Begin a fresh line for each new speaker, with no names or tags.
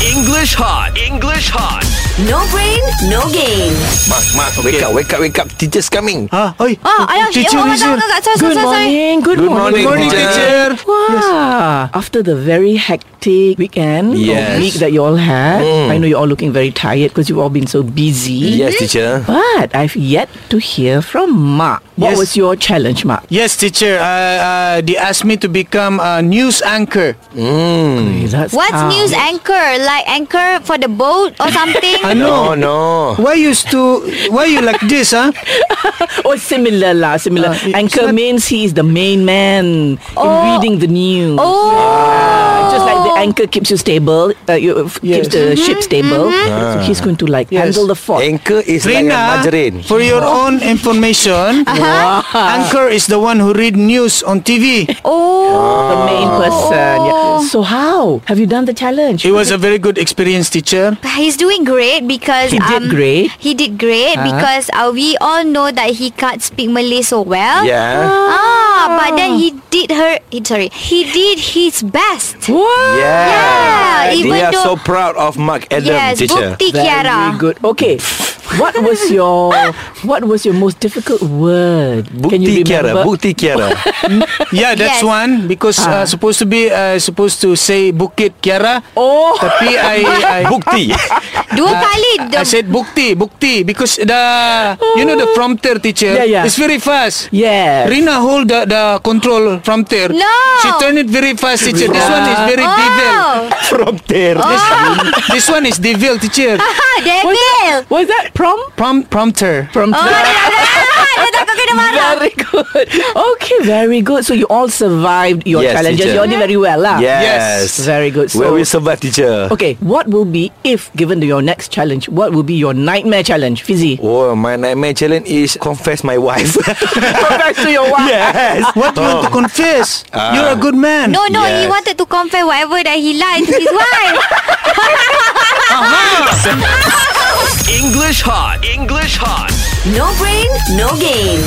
English hot. English hot.
No brain, no game.
Mak, mak, wake up, wake up, wake up. Teacher's coming.
Ah, oi.
Ah, ayah,
Teacher,
eh, orang
teacher.
datang, tak, tak, tak, tak,
Good
tak.
morning. Good,
Good morning,
Morning,
teacher.
teacher.
Wow. After the very hectic weekend
Yes.
or week that you all had,
Mm.
I know you're all looking very tired because you've all been so busy.
Yes, teacher.
But I've yet to hear from Mark.
Yes.
What was your challenge, Mark?
Yes, teacher. Uh, uh, they asked me to become a news anchor.
That's
What's
how-
news anchor? Like anchor for the boat or something?
Oh, No, no.
Why you to? Why you like this, huh?
Oh, similar lah, similar.
Uh, it's
Anchor
not-
means he is the main man in
Oh.
reading the news. Uh,
oh.
Just like the anchor keeps you stable, uh, you,
Yes. Ah.
keeps the ship stable. So he's going to like
Yes.
handle the fort.
Anchor is like a
Rina,
margarine.
for your own information, anchor is the one who read news on TV.
Oh.
the main person. Yeah. So how have you done the challenge?
It was a very good experience, teacher.
He's doing great because
He
um,
did great?
He did great because uh, we all know that he can't speak Malay so well.
Yeah.
Ah, but then he did her. He, sorry, he did his best.
Wow.
Yeah.
Yeah, even
we are
though-
so proud of Mark Adam,
yes,
teacher.
Bukti Kiara.
Very good. Okay. what was your what was your most difficult word? Can you
Bukti Kiara,
remember?
Bukti Kiara.
Yeah, that's
Yes.
one because
Ah.
uh, supposed to be uh, supposed to say Bukit Kiara.
Oh.
Tapi I, I
Bukti.
Dua kali.
I said bukti, bukti because the
Oh.
you know the prompter teacher
Yeah, yeah.
it's very fast.
Yeah.
Rina hold the, the control prompter.
No.
She turn it very fast teacher. This
Yeah.
one is very devil.
oh.
From there.
This, this one is devil teacher.
Ah, devil.
Was that prom?
Prom prompter.
Prom.
Oh, dia dah- dah- dah- dah takut kena marah.
Very good. Okay, very good. So you all survived your
Yes,
challenges.
teacher.
You all did very well, lah.
Yes.
Very good.
Where
So,
we survive, teacher.
okay, what will be if given to your next challenge? What will be your nightmare challenge, Fizzy?
Oh, my nightmare challenge is confess my wife.
Back to your wife.
yes.
What you want to confess? You're a good man.
No, no, he
Yes.
wanted to confess whatever that he lied to his wife.
Uh-huh. English hot. English hot.
No brain, no game.